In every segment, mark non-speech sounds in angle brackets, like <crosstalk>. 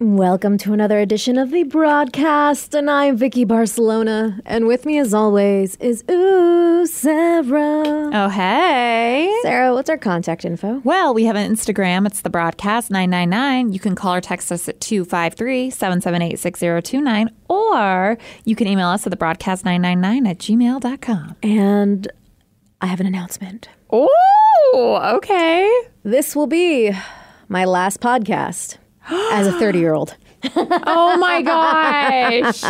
Welcome to another edition of the broadcast, and I'm Vicky Barcelona, and with me, as always, is Ooh Sarah. Oh, hey. Sarah, what's our contact info? Well, we have an Instagram. It's the broadcast 999. You can call or text us at 253 778 6029, or you can email us at the broadcast 999 at gmail.com. And I have an announcement. Oh, okay. This will be my last podcast as <gasps> a 30 year old. Oh, <laughs> my gosh.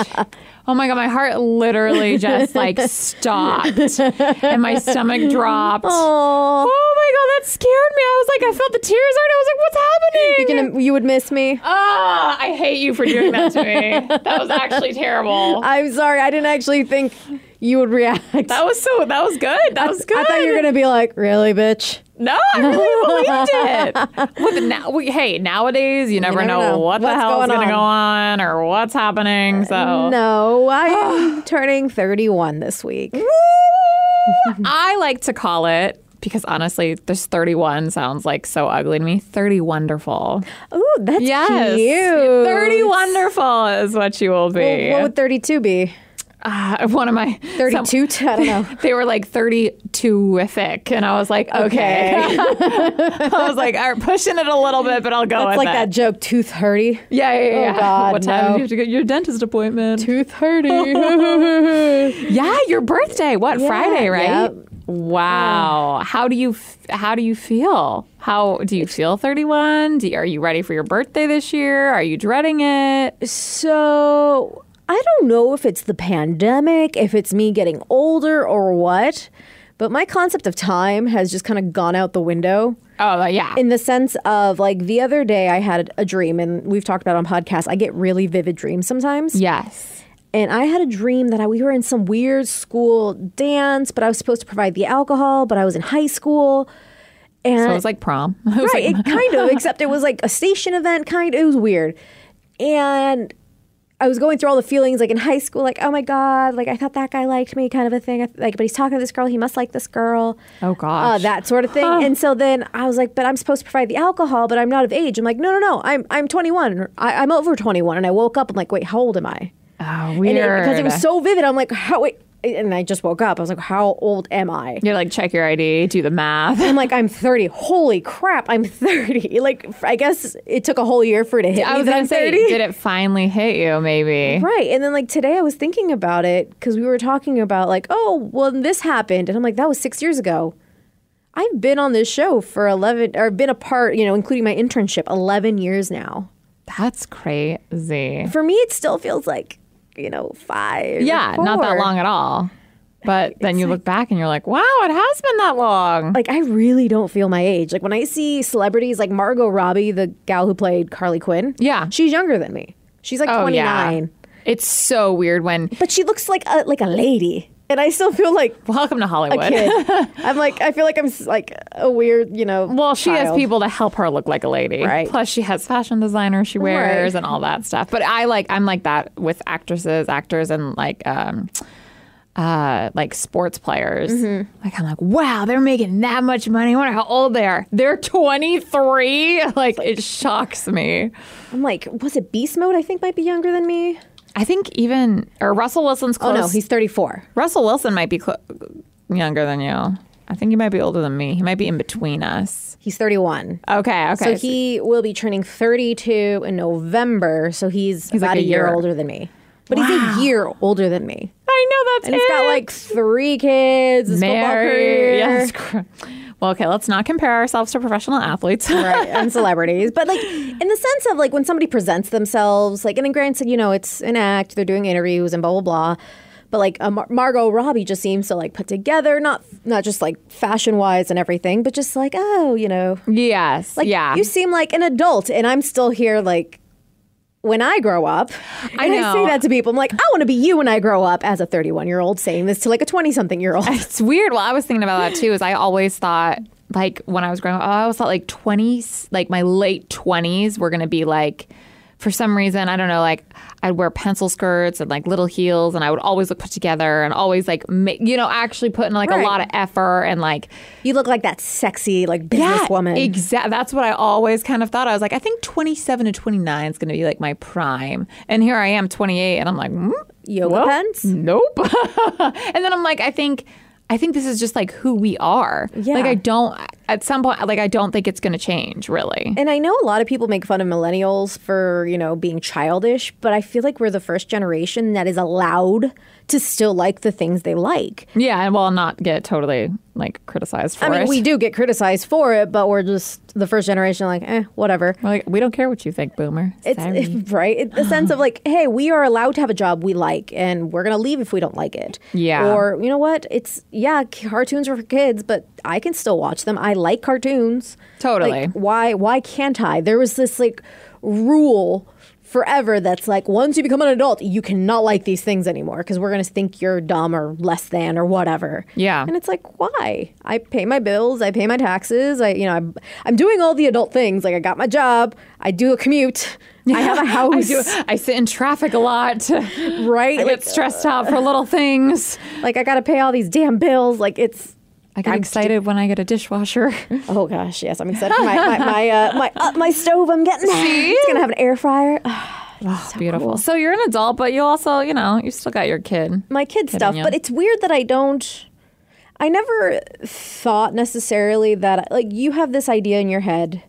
Oh my god, my heart literally just like stopped and my stomach dropped. Oh, Oh my god, that scared me. I was like, I felt the tears already. I was like, what's happening? you can you would miss me. Ah, I hate you for doing that to me. <laughs> that was actually terrible. I'm sorry, I didn't actually think you would react. That was so. That was good. That was good. I thought you were gonna be like, really, bitch. No, I really <laughs> believed it. With now, we, hey, nowadays you never, never know, know what the what's hell is going going to on. Uh, go on or what's happening. So No, <sighs> I'm turning 31 this week. I like to call it because honestly, this 31 sounds like so ugly to me. 30 wonderful. Ooh, that's Yes, cute. 30 wonderful is what you will be. Well, what would 32 be? Ah, one of my 32? some- T- I don't know. <laughs> they were like 30 terrific and i was like okay, <laughs> <laughs> i was like all right pushing it a little bit but i'll go That's with like it. that joke, tooth hurdy. yeah yeah yeah Oh, God, what time no. do you have to get your dentist appointment Tooth hurdy. <laughs> yeah your birthday what friday right yep. wow how do you f- how do you feel how do you feel 31 do you, are you ready for your birthday this year are you dreading it <laughs> so I don't know if it's the pandemic, if it's me getting older or what, but my concept of time has just kind of gone out the window. oh yeah in the sense of like the other day I had a dream and we've talked about it on podcasts I get really vivid dreams sometimes yes and I had a dream that I, we were in some weird school dance but I was supposed to provide the alcohol but I was in high school and so it was like prom <laughs> It was right like- it kind <laughs> of except it was like a station event kind it was weird and I was going through all the feelings like in high school like oh my god like I thought that guy liked me kind of a thing like but he's talking to this girl he must like this girl oh uh, gosh that sort of thing. And so then I was like, but I'm supposed to provide the alcohol, but I'm not of age. I'm like, no, no, no, I'm I'm 21. or I, I'm over 21. And I woke up. I'm like, wait, how old am I? oh, And weird it- because it was so vivid. I'm like, how? Wait, and I just woke up. I was like, how old am I? You're like, check your ID, do the math. <laughs> I'm like, I'm 30. Holy crap, I'm 30. <laughs> Like, f- I guess it took a whole year for it to hit me I was that gonna I'm say, 30. did it finally hit you? Maybe. Right. And then, like, today I was thinking about it because we were talking about, like, oh, well, this happened. And I'm like, that was six years ago. I've been on this show for 11, or been a part, you know, including my internship, 11 years now. That's crazy. For me, it still feels like, you know, five. or Yeah, not that four. long at all. But then you look back and you're like, wow, it has been that long. Like, I really don't feel my age. Like, when I see celebrities like Margot Robbie, the gal who played Carly Quinn, Yeah. Oh, she's younger than me. She's like 29, yeah. It's so weird when <laughs> but she looks like a, like a lady. And I still feel like welcome to Hollywood. kid. I'm like, I feel like I'm s- like a weird, you know. <laughs> Well, she has child. people to help her look like a lady. Right. Plus, she has fashion designers she wears Right. and all that stuff. But I like I'm like that with actresses, actors, and like um, uh, like sports players. Mm-hmm. Like I'm like, wow, they're making that much money. I wonder how old they are. They're 23. <laughs> Like it shocks me. I'm like, was it Beast Mode? I think might be younger than me. I think even or Russell Wilson's Oh close. no, he's 34. Russell Wilson might be cl- younger than you. I think he might be older than me. He might be in between us. He's 31. Okay. Okay. So he will be turning 32 in November. So he's, about like a, a year, year. older than me. But he's a year older than me. I know that's And he's got it. like three kids, his football career, Mary. <laughs> Yes. cr- Well, okay, let's not compare ourselves to professional athletes. <laughs> <laughs> right, and celebrities. But like in the sense of like when somebody presents themselves, like and then granted, you know, it's an act, they're doing interviews and blah blah blah. But like a Mar- Margot Robbie just seems so like put together, not not just like fashion wise and everything, but just like oh, you know, yes. like yeah. you seem like an adult, and I'm still here like. When I grow up, I and I say know. that to people, I'm like, I want to be you when I grow up as a 31 year old saying this to like a 20 something year <laughs> old. it's weird. Well, I was thinking about that too. Is I always thought like when I was growing up, I always thought like twenties, like my late twenties, were gonna be like for some reason, I don't know, like I'd wear pencil skirts and like little heels and I would always look put together and always like, ma- you know, actually put in like Right. a lot of effort and like, You look like that sexy like businesswoman. Exactly. That's what I always kind of thought. I was like, I think 27 to 29 is going to be like my prime. And here I am, 28, and I'm like, mm, Yoga pants? <laughs> Nope. and then I'm like, I think. I think this is just like who we are. Yeah. Like I don't at some point like I don't think it's going to change really. And I know a lot of people make fun of millennials for, you know, being childish, but I feel like we're the first generation that is allowed to still like the things they like. Yeah, and well, not get totally like criticized for I mean, it. we do get criticized for it, but we're just the first generation like, eh, whatever. We're like, we don't care what you think, boomer. It's <laughs> Sorry. right. It's the sense of like, <sighs> hey, we are allowed to have a job we like, and we're gonna leave if we don't like it. Yeah. Or you know what? It's yeah, c- cartoons are for kids, but I can still watch them. I like cartoons. Totally. Like, why? Why can't I? There was this like rule forever that's like once you become an adult you cannot like these things anymore because we're going to think you're dumb or less than or whatever Yeah. and it's like why i pay my bills i pay my taxes i you know i'm, I'm doing all the adult things like i got my job i do a commute i have a <laughs> I house do. I sit in traffic a lot. <laughs> I right get like, stressed out for little things. like i gotta pay all these damn bills like it's I get I'm- excited when I get <laughs> a dishwasher. oh gosh yes i'm excited for my my my, uh, my, uh, my stove i'm <laughs> getting it's gonna have an air fryer It's <laughs> beautiful. So you're an adult, but you also, you know, you still got your kid. my kid stuff, you. but it's weird that I don't. I never thought necessarily that like you have this idea in your head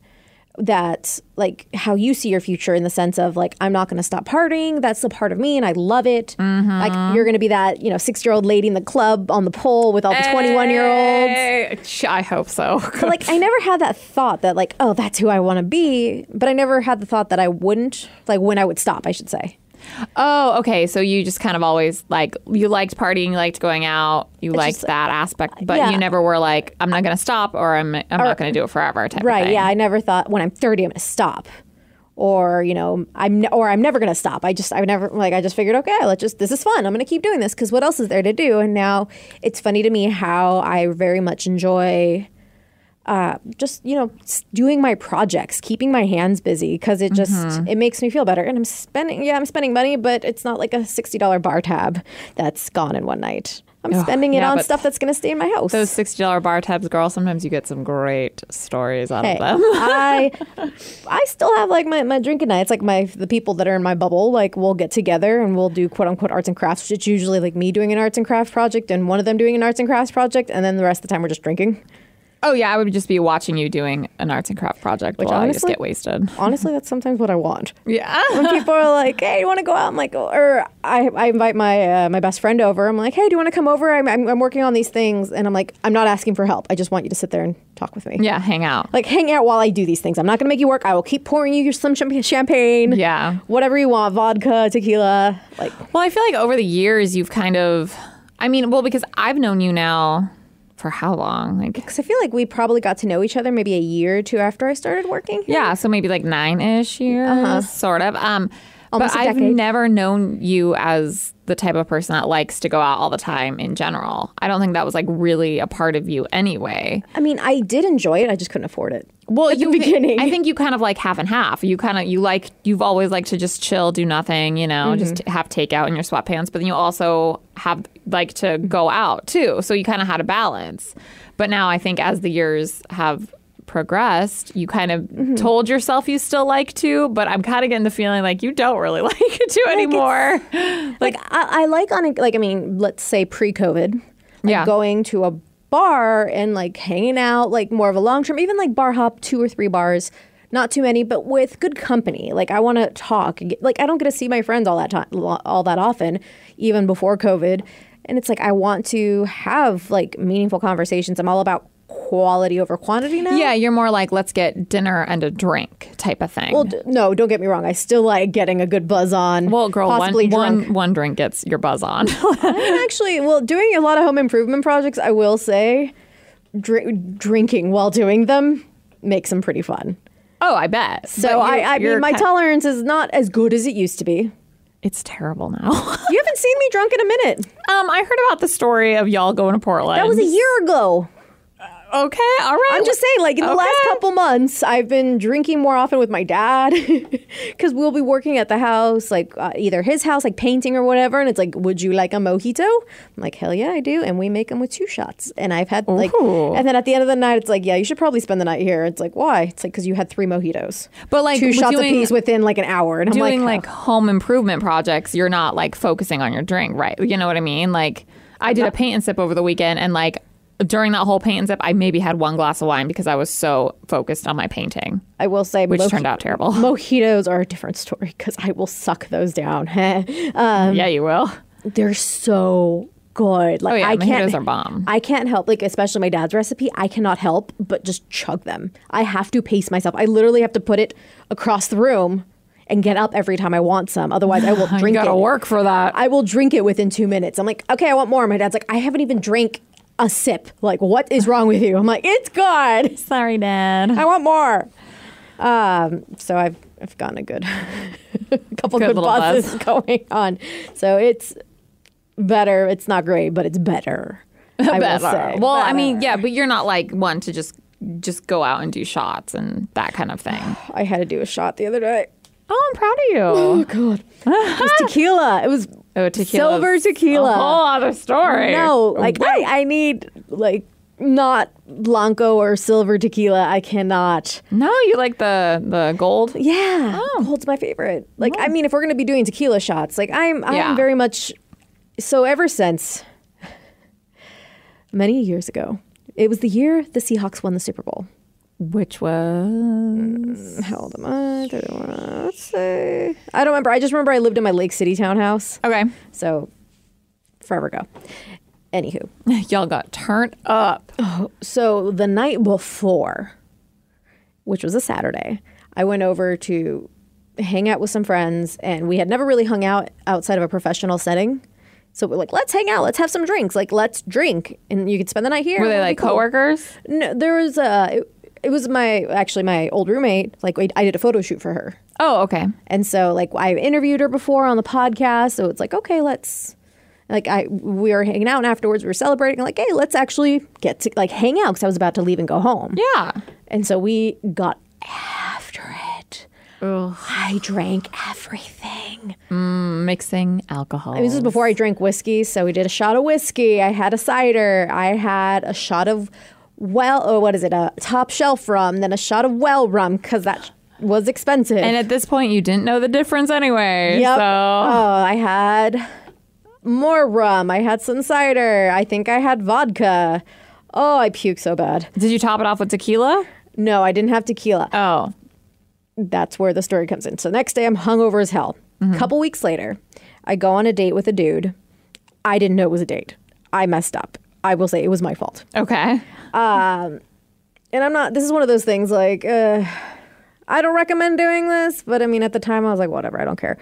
that like how you see your future in the sense of like I'm not going to stop partying. That's the part of me, and I love it. Like you're going to be that you know six year old lady in the club on the pole with all the twenty one year olds. olds. I hope so. <laughs> But like I never had that thought that like oh that's who I want to be. But I never had the thought that I wouldn't like when I would stop. I should say. oh, okay. So you just kind of always like you liked partying, you liked going out, you liked just- uh, that aspect, but yeah. you never were like, I'm not going to stop, or I'm I'm not going to do it forever type of Right. thing. Yeah. I never thought when I'm 30, I'm going to stop. Or, you know, I'm ne- or I'm never going to stop. I just, I never, like, I just figured, okay, let's just, this is fun. I'm going to keep doing this because what else is there to do? And now it's funny to me how I very much enjoy uh, just, you know, s- doing my projects, keeping my hands busy because it just, Mm-hmm. it makes me feel better. And I'm spending, yeah, I'm spending money, but it's not like a $60 bar tab that's gone in one night. I'm spending it yeah, on but stuff that's going to stay in my house. Those sixty dollar bar tabs, girl. Sometimes you get some great stories out Hey, of them. I I still have like my, my drinking nights, like my the people that are in my bubble, like we'll get together and we'll do quote unquote arts and crafts. It's usually like me doing an arts and craft project and one of them doing an arts and crafts project, and then the rest of the time we're just drinking. Oh yeah, I would just be watching you doing an arts and craft project while I just honestly- get wasted. Honestly, that's sometimes what I want. <laughs> Yeah. When people are like, "Hey, you want to go out?" I'm like, or I, I invite my uh, my best friend over. I'm like, "Hey, do you want to come over? I'm, I'm I'm working on these things," and I'm like, "I'm not asking for help. I just want you to sit there and talk with me." Yeah, hang out. like hang out while I do these things. I'm not going to make you work. I will keep pouring you your some champa- champagne. Yeah. Whatever you want, vodka, tequila, like Well, I feel like over the years you've kind of I mean, well, because I've known you now for how long? Like cuz I feel like we probably got to know each other maybe a year or two after I started working. here. yeah, so maybe like 9ish years sort of. Um Uh-huh. Almost a but I've decade. never known you as the type of person that likes to go out all the time in general. I don't think that was like really a part of you anyway. I mean, I did enjoy it. I just couldn't afford it. Well, At the you beginning. I think you kind of like half and half. You kind of you like you've always liked to just chill, do nothing, you know, just Mm-hmm. have takeout in your sweatpants. But then you also have like to go out too. So you kind of had a balance. But now I think as the years have progressed, you kind of Mm-hmm. told yourself you still like to. But I'm kind of getting the feeling like you don't really <laughs> like it to anymore. Like, I, I like on a, like I mean, let's say pre-COVID, like Yeah. going to a bar and like hanging out, like more of a long term, even like bar hop, two or three bars. Not too many, but with good company. Like I want to talk. and get- Like I don't get to see my friends all that time, all that often, even before COVID. And it's like I want to have like meaningful conversations. I'm all about quality over quantity now. yeah, you're more like let's get dinner and a drink type of thing. Well, d- no, don't get me wrong. I still like getting a good buzz on. well, girl, one, possibly drunk. one, one drink gets your buzz on. <laughs> I'm actually, well, doing a lot of home improvement projects, I will say, dr- drinking while doing them makes them pretty fun. oh, I bet. So I, I mean, my tongue. tolerance is not as good as it used to be. It's terrible now. <laughs> um, You haven't seen me drunk in a minute. I heard about the story of y'all going to Portland. That was a year ago. okay, all right. I'm just saying, like in the last Okay. couple months, I've been drinking more often with my dad <laughs> because we'll be working at the house, like uh, either his house, like painting or whatever. And it's like, would you like a mojito? I'm like, hell yeah, I do. And we make them with two shots. And I've had like, Ooh. and then at the end of the night, it's like, yeah, you should probably spend the night here. It's like, why? It's like because you had three mojitos, But, like, two with shots doing- apiece within like an hour. And doing I'm like, like home improvement projects, you're not like focusing on your drink, right? You know what I mean? Like I did a paint and sip over the weekend and like during that whole paint and sip, I maybe had one glass of wine because I was so focused on my painting, I will say, which moj- turned out terrible. mojitos are a different story because I will suck those down. <laughs> <laughs> Uh, yeah, you will. they're so good. Like Oh, yeah, I mojitos can't, are bomb. I can't help. Like especially my dad's recipe, I cannot help but just chug them. I have to pace myself. I literally have to put it across the room and get up every time I want some. Otherwise, I will <sighs> You drink gotta it. work for that. I will drink it within two minutes. I'm like, okay, I want more. My dad's like, I haven't even drank a sip. Like, what is wrong with you? I'm like, it's good. Sorry, Dad. I want more. Um, so I've I've gotten a good <laughs> couple Good good, little buzz. buses <laughs> going on. So it's better. It's not great, but it's <laughs> better. I will better. say. well, I mean, Better. yeah, but you're not like one to just just go out and do shots and that kind of thing. I had to do a shot the other day. <sighs> Oh, I'm proud of Oh you. god, it <laughs> was tequila. It was Oh, tequila. silver tequila. A whole other story. No, like I, I need like not blanco or silver tequila. I cannot. No, you like the the gold. Yeah, gold's my favorite. Like, I mean, if we're gonna be doing tequila shots, like I'm, I'm Yeah. very much. So ever since many years ago, it was the year the Seahawks won the Super Bowl. Which was How old am I? 31. Let's say I don't remember. I just remember I lived in my Lake City townhouse, okay. <laughs> so forever ago. Anywho, Y'all got turned up. so the night before, which was a Saturday, I went over to hang out with some friends, and we had never really hung out outside of a professional setting. So we're like, let's hang out, let's have some drinks, like let's drink, and you could spend the night here. Were they It'll be like cool. coworkers? No, there was a. It, it was my actually my old roommate. Like we- I did a photo shoot for her, Oh, okay. and so like I interviewed her before on the podcast, so it's like okay, let's like I we were hanging out and afterwards we were celebrating like hey, let's actually get to like hang out because I was about to leave and go home. Yeah. And so we got after it. I drank everything. Mixing alcohol. This is before I drank whiskey, so we did a shot of whiskey. I had a cider. I had a shot of well, oh, what is it? A top shelf rum, then a shot of well rum because that was expensive. and at this point, you didn't know the difference anyway. Yep. So Oh, I had more rum. I had some cider. I think I had vodka. Oh, I puked so bad. did you top it off with tequila? No, I didn't have tequila. Oh, That's where the story comes in. So next day, I'm hungover as hell. Couple weeks later, I go on a date with a dude. I didn't know it was a date. I messed up. I will say it was my fault. okay. And I'm not. This is one of those things like uh, I don't recommend doing this, but I mean, at the time, I was like, whatever. I don't care.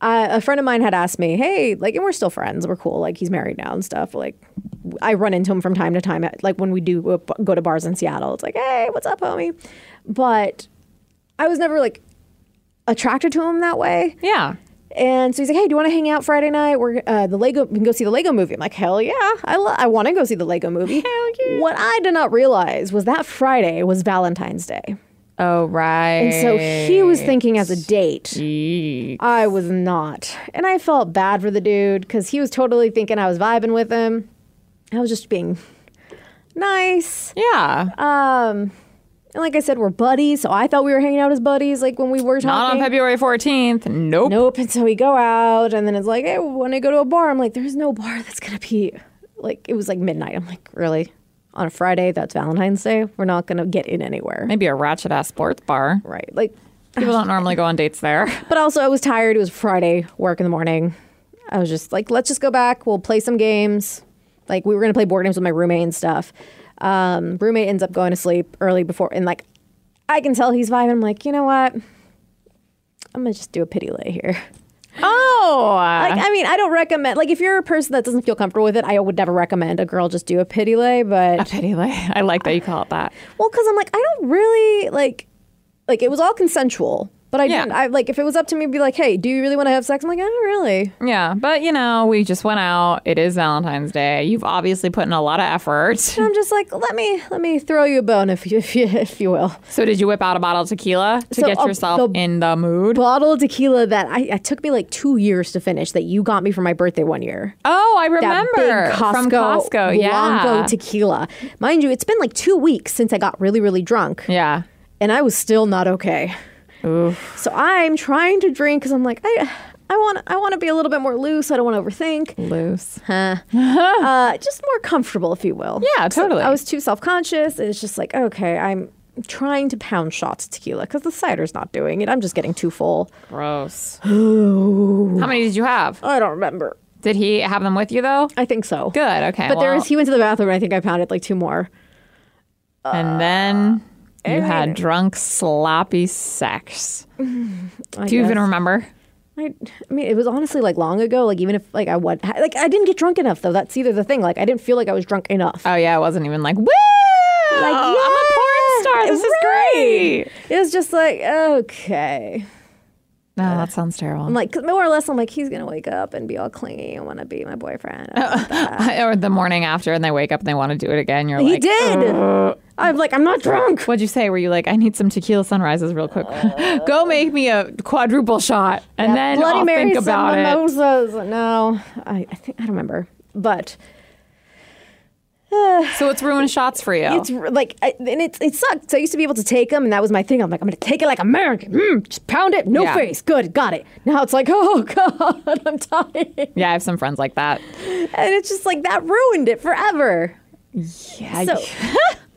uh, a friend of mine had asked me, "Hey, like, and we're still friends. We're cool. Like, he's married now and stuff. Like, I run into him from time to time. at- Like, when we do uh, b- go to bars in Seattle, it's like, hey, what's up, homie? But I was never like attracted to him that way. Yeah. And so he's like, "Hey, do you want to hang out Friday night? We're uh, the Lego. We can go see the Lego movie." I'm like, "Hell yeah! I lo- I want to go see the Lego movie." <laughs> Hell yeah. What I did not realize was that Friday was Valentine's Day, Oh right. and so he was thinking as a date. Gee. I was not. And I felt bad for the dude because he was totally thinking I was vibing with him. I was just being nice. Yeah. Um, and like I said, we're buddies, so I thought we were hanging out as buddies. Like when we were talking. Not on February fourteenth. Nope. Nope. And so we go out, and then it's like, hey, want to go to a bar? I'm like, there's no bar that's gonna be like. It was like midnight. I'm like, really? On a Friday, that's Valentine's Day. We're not gonna get in anywhere, Maybe a ratchet ass sports bar. right? Like, People don't normally go on dates there. But also, I was tired. It was Friday, work in the morning. I was just like, let's just go back. We'll play some games. Like, we were going to play board games with my roommate and stuff. Um, roommate ends up going to sleep early before, and like, I can tell he's vibing. I'm like, you know what? I'm going to just do a pity lay here. <laughs> Oh. Like, I mean, I don't recommend, like, if you're a person that doesn't feel comfortable with it, I would never recommend a girl just do a pity lay, but. Pity lay. I like that you call it that. Well, because I'm like, I don't really like, like it was all consensual. But I Yeah. didn't. I like if it was up to me, I'd be like, hey, do you really want to have sex? I'm like, I don't really. Yeah, but you know, we just went out. It is Valentine's Day. You've obviously put in a lot of <laughs> effort. And I'm just like, let me let me throw you a bone if you if you, if you will. So did you whip out a bottle of tequila to So, get uh, yourself the- in oh, the mood? Bottle of tequila that I it took me like two years to finish that you got me for my birthday one year. Oh, I That remember big Costco, from Costco. yeah, Blanco tequila. Mind you, it's been like two weeks since I got really really drunk. yeah. and I was still not okay. So I'm trying to drink because I'm like I, I want I want to be a little bit more loose. I don't want to Mm. overthink. Loose. Huh. uh, just more comfortable, if you will. Yeah, So totally. I was too self conscious, and it's just like okay, I'm trying to pound shots of tequila because the cider's not doing it. I'm just getting too full. <gasps> Gross. How many did you have? I don't remember. Did he have them with you though? I think so. Good. Okay. But there well, is he went to the bathroom. and I think I pounded like two more. Uh, and then you had drunk, sloppy sex. I Do you even guess. remember? I, I mean, it was honestly like long ago. Like even if like I went, like I didn't get drunk enough though. That's either the thing. Like I didn't feel like I was drunk enough. Oh yeah, it wasn't even like woo. Like, I'm a porn star. yeah, This right. is great. It was just like okay, No, Uh, that sounds terrible. I'm like 'cause more or less. I'm like he's gonna wake up and be all clingy and want to be my boyfriend. <laughs> Oh, or the morning after, and they wake up and they want to do it again. You're he like, uh, did. I'm like I'm not drunk. What'd you say? Were you like, I need some tequila sunrises real quick? <laughs> Go make me a quadruple shot, and then Uh, Bloody I'll Marys think about and it. mimosas. No, I, I think I don't remember, but. So it's ruined shots for you. <laughs> It's r- like, I, and it, it sucked. So I used to be able to take them, and that was my thing. I'm like, I'm going to take it like American. Mm, just pound it, no Yeah. face. Good, got it. Now it's like, <laughs> oh, God, I'm tired. yeah, I have some friends like that. And it's just like, that ruined it forever. Yeah, So, <laughs>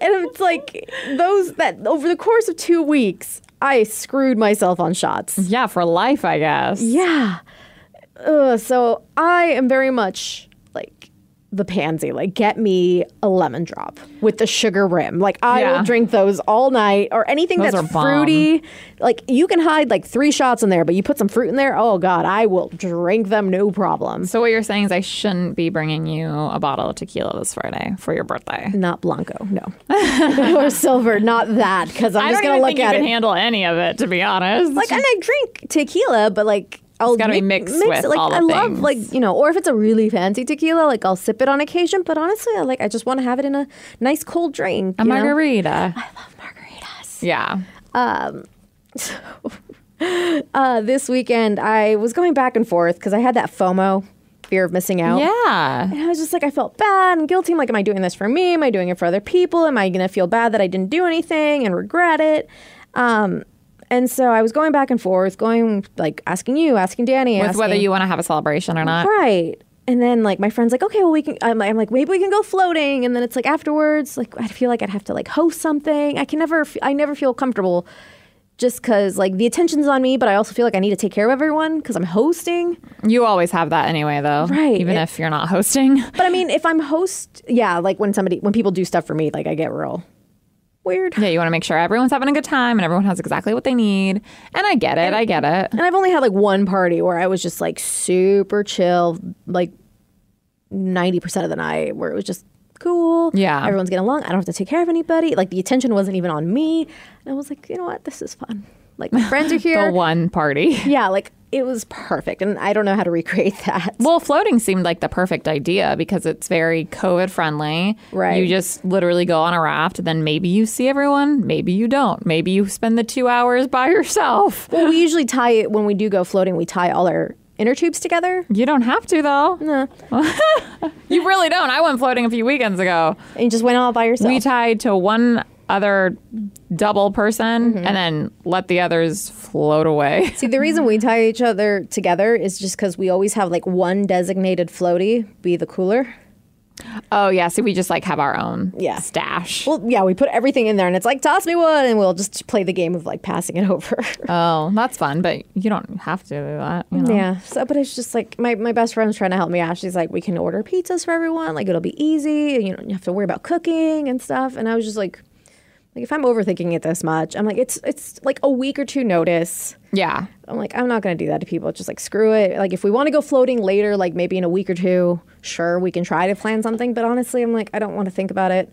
and it's like, those that over the course of two weeks, I screwed myself on shots. yeah, for life, I guess. Yeah. Ugh, so I am very much like the pansy. Like, get me a lemon drop with the sugar rim. Like, I Yeah. will drink those all night or anything Those that's are bomb. fruity. Like, you can hide like three shots in there, but you put some fruit in there. Oh, God, I will drink them no problem. So what you're saying is I shouldn't be bringing you a bottle of tequila this Friday for your birthday. Not Blanco, <laughs> no. <laughs> or silver, not that, because I'm I just don't going to even look think you at can it. handle any of it, to be honest. like and I drink tequila, but like I'll gotta be mi- mixed mix with it. Like all the I love things. like you know, or if it's a really fancy tequila, like I'll sip it on occasion. But honestly, I like I just want to have it in a nice cold drink. a you know? margarita. I love margaritas. Yeah. Uh, this weekend I was going back and forth because I had that FOMO, fear of missing out. Yeah. And I was just like, I felt bad and guilty. I'm like, am I doing this for me? Am I doing it for other people? Am I going to feel bad that I didn't do anything and regret it? Um, and so I was going back and forth, going like asking you, asking Danny, With asking, whether you want to have a celebration or not. Right. And then like my friend's like, okay, well we can. I'm, I'm like, maybe we can go floating. And then it's like afterwards, like I feel like I'd have to like host something. I can never, f- I never feel comfortable, just because like the attention's on me, but I also feel like I need to take care of everyone because I'm hosting. You always have that anyway, though. Right. Even It- if you're not hosting. <laughs> But I mean, if I'm host, yeah, like when somebody, when people do stuff for me, like I get real weird. Yeah, you want to make sure everyone's having a good time and everyone has exactly what they need. And I get it. I get it. And I've only had like one party where I was just like super chill, like 90% of the night where it was just cool. Yeah. Everyone's getting along. I don't have to take care of anybody. Like the attention wasn't even on me. And I was like, you know what? This is fun. Like my friends are <laughs> The here. one party. yeah. Like it was perfect. And I don't know how to <laughs> recreate that. Well, floating seemed like the perfect idea because it's very COVID friendly. Right. You just literally go on a raft, then maybe you see everyone, maybe you don't. Maybe you spend the two hours by yourself. Well, we usually tie it when we do go floating, we tie all our inner tubes together. You don't have to, though. No. <laughs> you really don't. I went floating a few weekends ago. And you just went all by yourself. We tied to one other double person Mm-hmm. and then let the others float away. <laughs> See, the reason we tie each other together is just because we always have like one designated floaty be the cooler. Oh yeah, so we just like have our own Yeah. stash. Well, yeah, we put everything in there, and it's like toss me one, and we'll just play the game of like passing it <laughs> over. oh, that's fun, but you don't have to do that. You know? Yeah. So, but it's just like my, my best friend's trying to help me out. She's like, we can order pizzas for everyone. Like it'll be easy. And you don't have to worry about cooking and stuff. And I was just like, like if I'm overthinking it this much, I'm like, it's it's like a week or two notice. Yeah. I'm like, I'm not gonna do that to people. Just like screw it. Like if we want to go floating later, like maybe in a week or two, sure we can try to plan something. But honestly, I'm like, I don't want to think about it.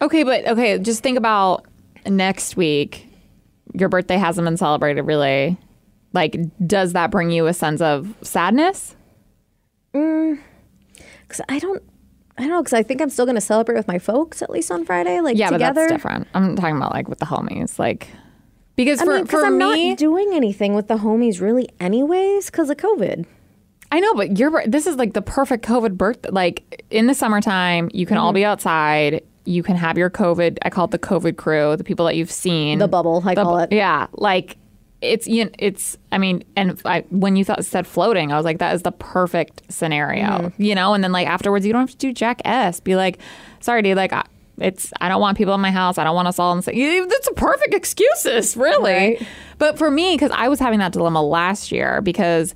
Okay, but okay, just think about next week. your birthday hasn't been celebrated really, like, does that bring you a sense of sadness? Because I don't, I don't know. Because I think I'm still going to celebrate with my folks at least on Friday, like Yeah, together. but that's different. I'm talking about like with the homies, like because I for mean, because for I'm me, not doing anything with the homies really, anyways, because of COVID. I know, but your bir- this is like the perfect COVID birthday. Like in the summertime, you can all Mm-hmm. be outside. You can have your COVID. I call it the COVID crew, the people that you've seen, The bubble, I call bu- it. Yeah, like it's you. It's I mean, and I, when you thought said floating, I was like, that is the perfect scenario, Mm-hmm. you know. And then like afterwards, you don't have to do jack s. Be like, sorry, dude, like. I, it's I don't want people in my house. I don't want us all in. the same-" That's a perfect excuses, really. Right. But for me, because I was having that dilemma last year, because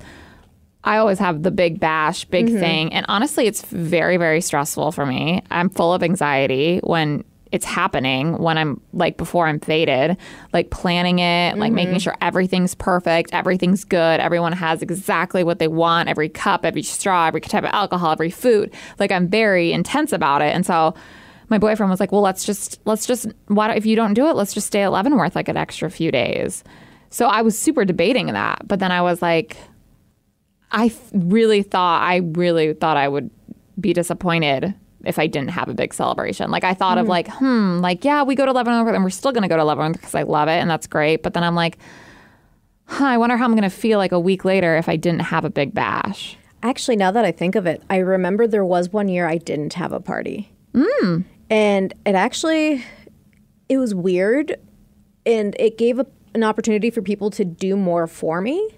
I always have the big bash, big thing. And honestly, it's very, very stressful for me. I'm full of anxiety when it's happening, when I'm like before I'm faded, like planning it, like making sure everything's perfect, everything's good, everyone has exactly what they want, every cup, every straw, every type of alcohol, every food. Like I'm very intense about it. And so my boyfriend was like, "Well, let's just let's just why don't, if you don't do it, let's just stay at Leavenworth like an extra few days." So I was super debating that, but then I was like, I f- really thought I really thought I would be disappointed if I didn't have a big celebration. Like I thought Mm-hmm. of like, hmm, like yeah, we go to Leavenworth and we're still going to go to Leavenworth because I love it and that's great. But then I'm like, huh, I wonder how I'm going to feel like a week later if I didn't have a big bash. Actually, now that I think of it, I remember there was one year I didn't have a party. Mm. And it actually, it was weird. And it gave a, an opportunity for people to do more for me.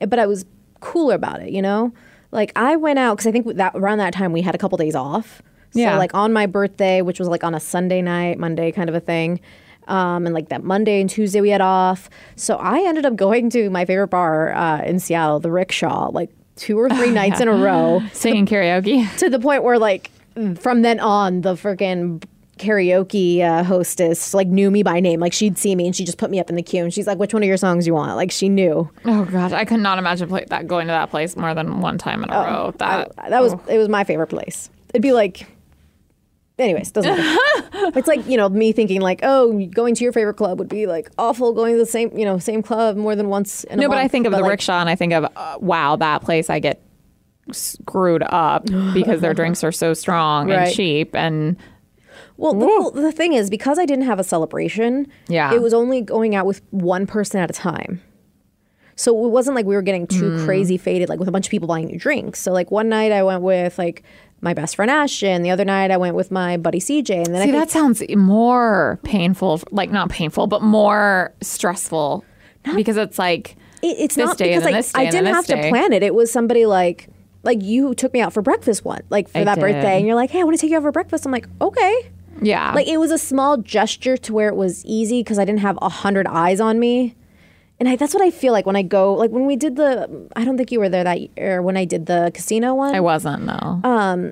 But I was cooler about it, you know? Like I went out, because I think that around that time we had a couple days off. So Yeah. like on my birthday, which was like on a Sunday night, Monday kind of a thing. Um, and like that Monday and Tuesday we had off. So I ended up going to my favorite bar uh, in Seattle, the Rickshaw, like two or three nights in a row <laughs> Singing karaoke. to the point where like from then on the freaking karaoke uh, hostess like knew me by name like she'd see me and she just put me up in the queue and she's like which one of your songs you want like she knew Oh gosh, I could not imagine play- that going to that place more than one time in a Oh, row. That Oh. that was it was my favorite place it'd be like anyways doesn't <laughs> matter it's like you know me thinking like oh going to your favorite club would be like awful going to the same you know same club more than once in a no, but I month. think of the like, rickshaw and I think of uh, wow, that place I get screwed <gasps> up because their drinks are so strong Right. and cheap and Well, the, well, the thing is, because I didn't have a celebration, Yeah. it was only going out with one person at a time. So it wasn't like we were getting too Hmm. crazy faded, like with a bunch of people buying new drinks. So like one night I went with like my best friend Ash, and the other night I went with my buddy CJ, and then I See, think that sounds more painful, like not painful, but more stressful because it's like It- it's this not day and because then like this day I and then didn't have this to day. plan it. It was somebody like like you took me out for breakfast one like for I that did. birthday, and you're like, hey, I want to take you out for breakfast. I'm like, okay. yeah, Like it was a small gesture to where it was easy because I didn't have a hundred eyes on me, and I, that's what I feel like when I go. Like when we did the, I don't think you were there that year when I did the casino one. I wasn't though. uh,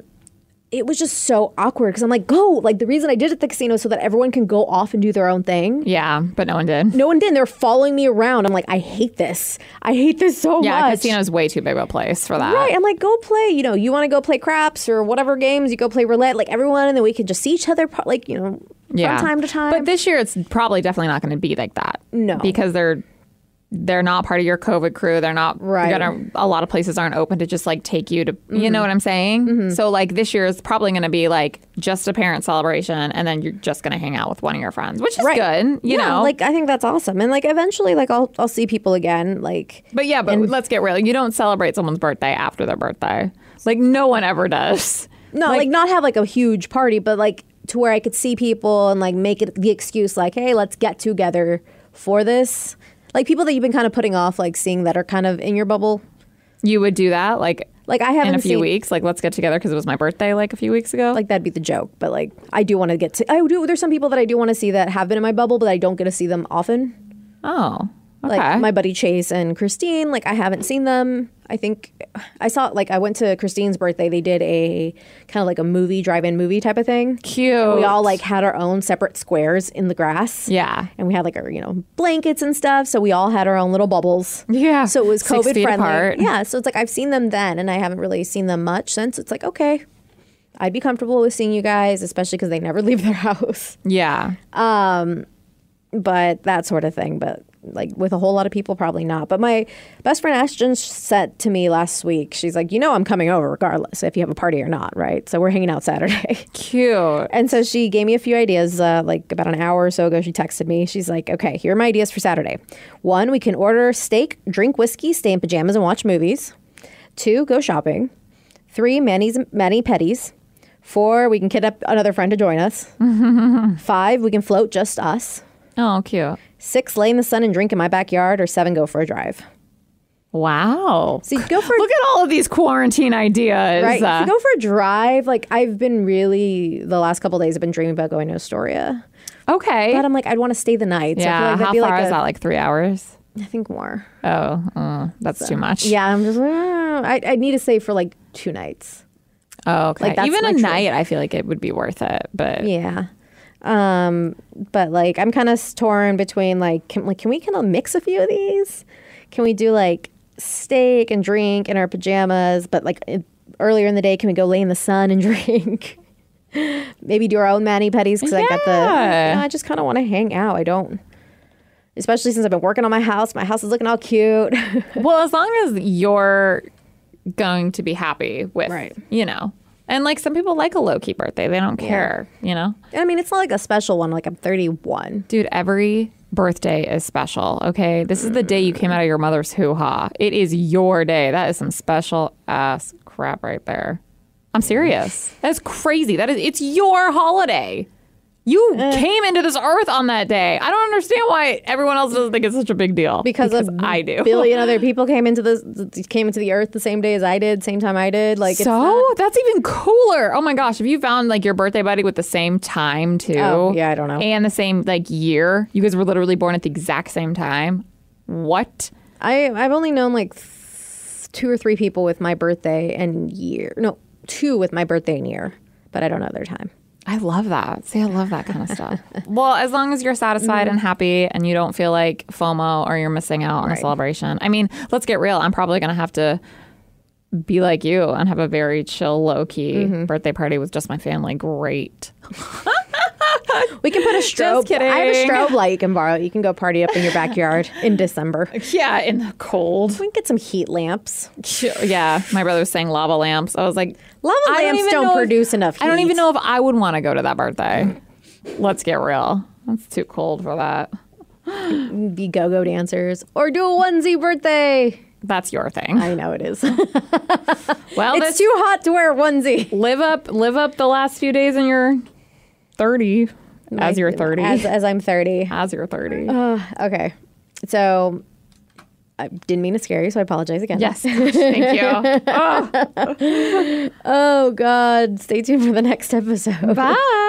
it was just so awkward because I'm like, go. Like the reason I did it at the casino is so that everyone can go off and do their own thing. yeah, but no one did. No one did. and They're following me around. I'm like, I hate this. I hate this so yeah, much. casino's way too big of a place for that. Right. I'm like, go play. You know, you want to go play craps or whatever games. You go play roulette. Like everyone, and then we can just see each other. pro- Like you know, Yeah, from time to time. But this year, it's probably definitely not going to be like that. No. because they're they're not part of your COVID crew. They're not Right. Mm-hmm. Gonna, a lot of places aren't open to just like take you to. You know what I'm saying? So like this year is probably going to be like just a parent celebration, and then you're just going to hang out with one of your friends, which is good. You yeah, know, like I think that's awesome, and like eventually, like I'll I'll see people again, like But yeah, but let's get real. You don't celebrate someone's birthday after their birthday. Like no one ever does. not like, not have like a huge party, but like to where I could see people and like make it the excuse, like hey, let's get together for this, like people that you've been kind of putting off, like seeing that are kind of in your bubble, You would do that like like I in haven't a few seen, weeks. Like let's get together because it was my birthday like a few weeks ago. like that'd be the joke, but like I do want to get to I do. There's some people that I do want to see that have been in my bubble, but I don't get to see them often. oh, okay. Like my buddy Chase and Christine, like I haven't seen them. I think I saw like I went to Christine's birthday. They did a kind of like a movie drive-in movie type of thing. Cute. we all like had our own separate squares in the grass. Yeah. And we had like our, you know, blankets and stuff. So we all had our own little bubbles. Yeah. So it was Six COVID feet friendly. apart. Yeah. So it's like I've seen them then and I haven't really seen them much since. It's like, okay, I'd be <laughs> comfortable with seeing you guys, especially because they never leave their house. Yeah. but that sort of thing. But like with a whole lot of people, probably not. But my best friend Ashton said to me last week, she's like, you know, I'm coming over regardless if you have a party or not, right? So we're hanging out Saturday. <laughs> Cute. And so she gave me a few ideas, uh, like about an hour or so ago. She texted me. She's like, okay, here are my ideas for Saturday. One, we can order steak, drink whiskey, stay in pajamas, and watch movies. Two, go shopping. Three, Manny's, Manny Petties. Four, we can kidnap another friend to join us. <laughs> Five, we can float just us. Oh, cute. Six, lay in the sun and drink in my backyard. Or seven, go for a drive. Wow. So you go for Look at all of these quarantine ideas. Right. Uh, if you go for a drive, like I've been really the last couple days, I've been dreaming about going to Astoria, okay. but I'm like I'd want to stay the night. So I feel yeah. like that'd How be far like is a- that? Like three hours? I think more. Oh, uh, that's too much. Yeah, I'm just like "Ah." I I need to stay for like two nights. Oh, okay. Like, that's Even my a trip. night, I feel like it would be worth it. But Yeah. Um, but like I'm kind of torn between like can like can we kind of mix a few of these? Can we do like steak and drink in our pajamas, but like it- earlier in the day can we go lay in the sun and <laughs> drink? Maybe do our own mani petties because I got the. Yeah. you know, I just kind of want to hang out. I don't, especially since I've been working on my house. My house is looking all cute. <laughs> well, as long as you're going to be happy with, Right. you know, and like some people like a low key birthday, they don't care, you know? I mean, it's not like a special one. Like I'm 31. Dude, every birthday is special, okay? This is the day you came out of your mother's hoo ha. It is your day. That is some special ass crap right there. <laughs> I'm serious. That's crazy. That is it's your holiday. You Eh. came into this earth on that day. I don't understand why everyone else doesn't think it's such a big deal. because, I a do. billion other people came into this came into the earth the same day as I did, same time I did. Like it's so not- that's even cooler. Oh my gosh! If you found like your birthday buddy with the same time too, Oh, yeah, I don't know. and the same like year, you guys were literally born at the exact same time. What? I I've only known like th- two or three people with my birthday and year. No, two with my birthday and year, but I don't know their time. I love that. See, I love that kind <laughs> of stuff. well, as long as you're satisfied Mm-hmm. and happy, and you don't feel like FOMO or you're missing out on a celebration. I mean, let's get real. I'm probably gonna have to be like you and have a very chill, low key Mm-hmm. birthday party with just my family. Great. <laughs> We can <laughs> put a strobe. I have a kidding. strobe light you can borrow. You can go party up in your <laughs> backyard in December. Yeah, in the cold. We can get some heat lamps. Yeah, my brother was saying lava lamps. I was like, Lava I lamps even don't know if- produce enough I don't heat. even know if I would want to go to that birthday. Let's get real. That's too cold for that. Be go-go dancers or do a onesie birthday. That's your thing. I know it is. <laughs> Well, it's that's too hot to wear a onesie. live up live up the last few days in your 30 as you're 30 As, as, as I'm <laughs> 30. <laughs> you're 30 <sighs> Okay. So I didn't mean to scare you, so I apologize again. yes <laughs> thank you Oh, God. Stay tuned for the next episode. bye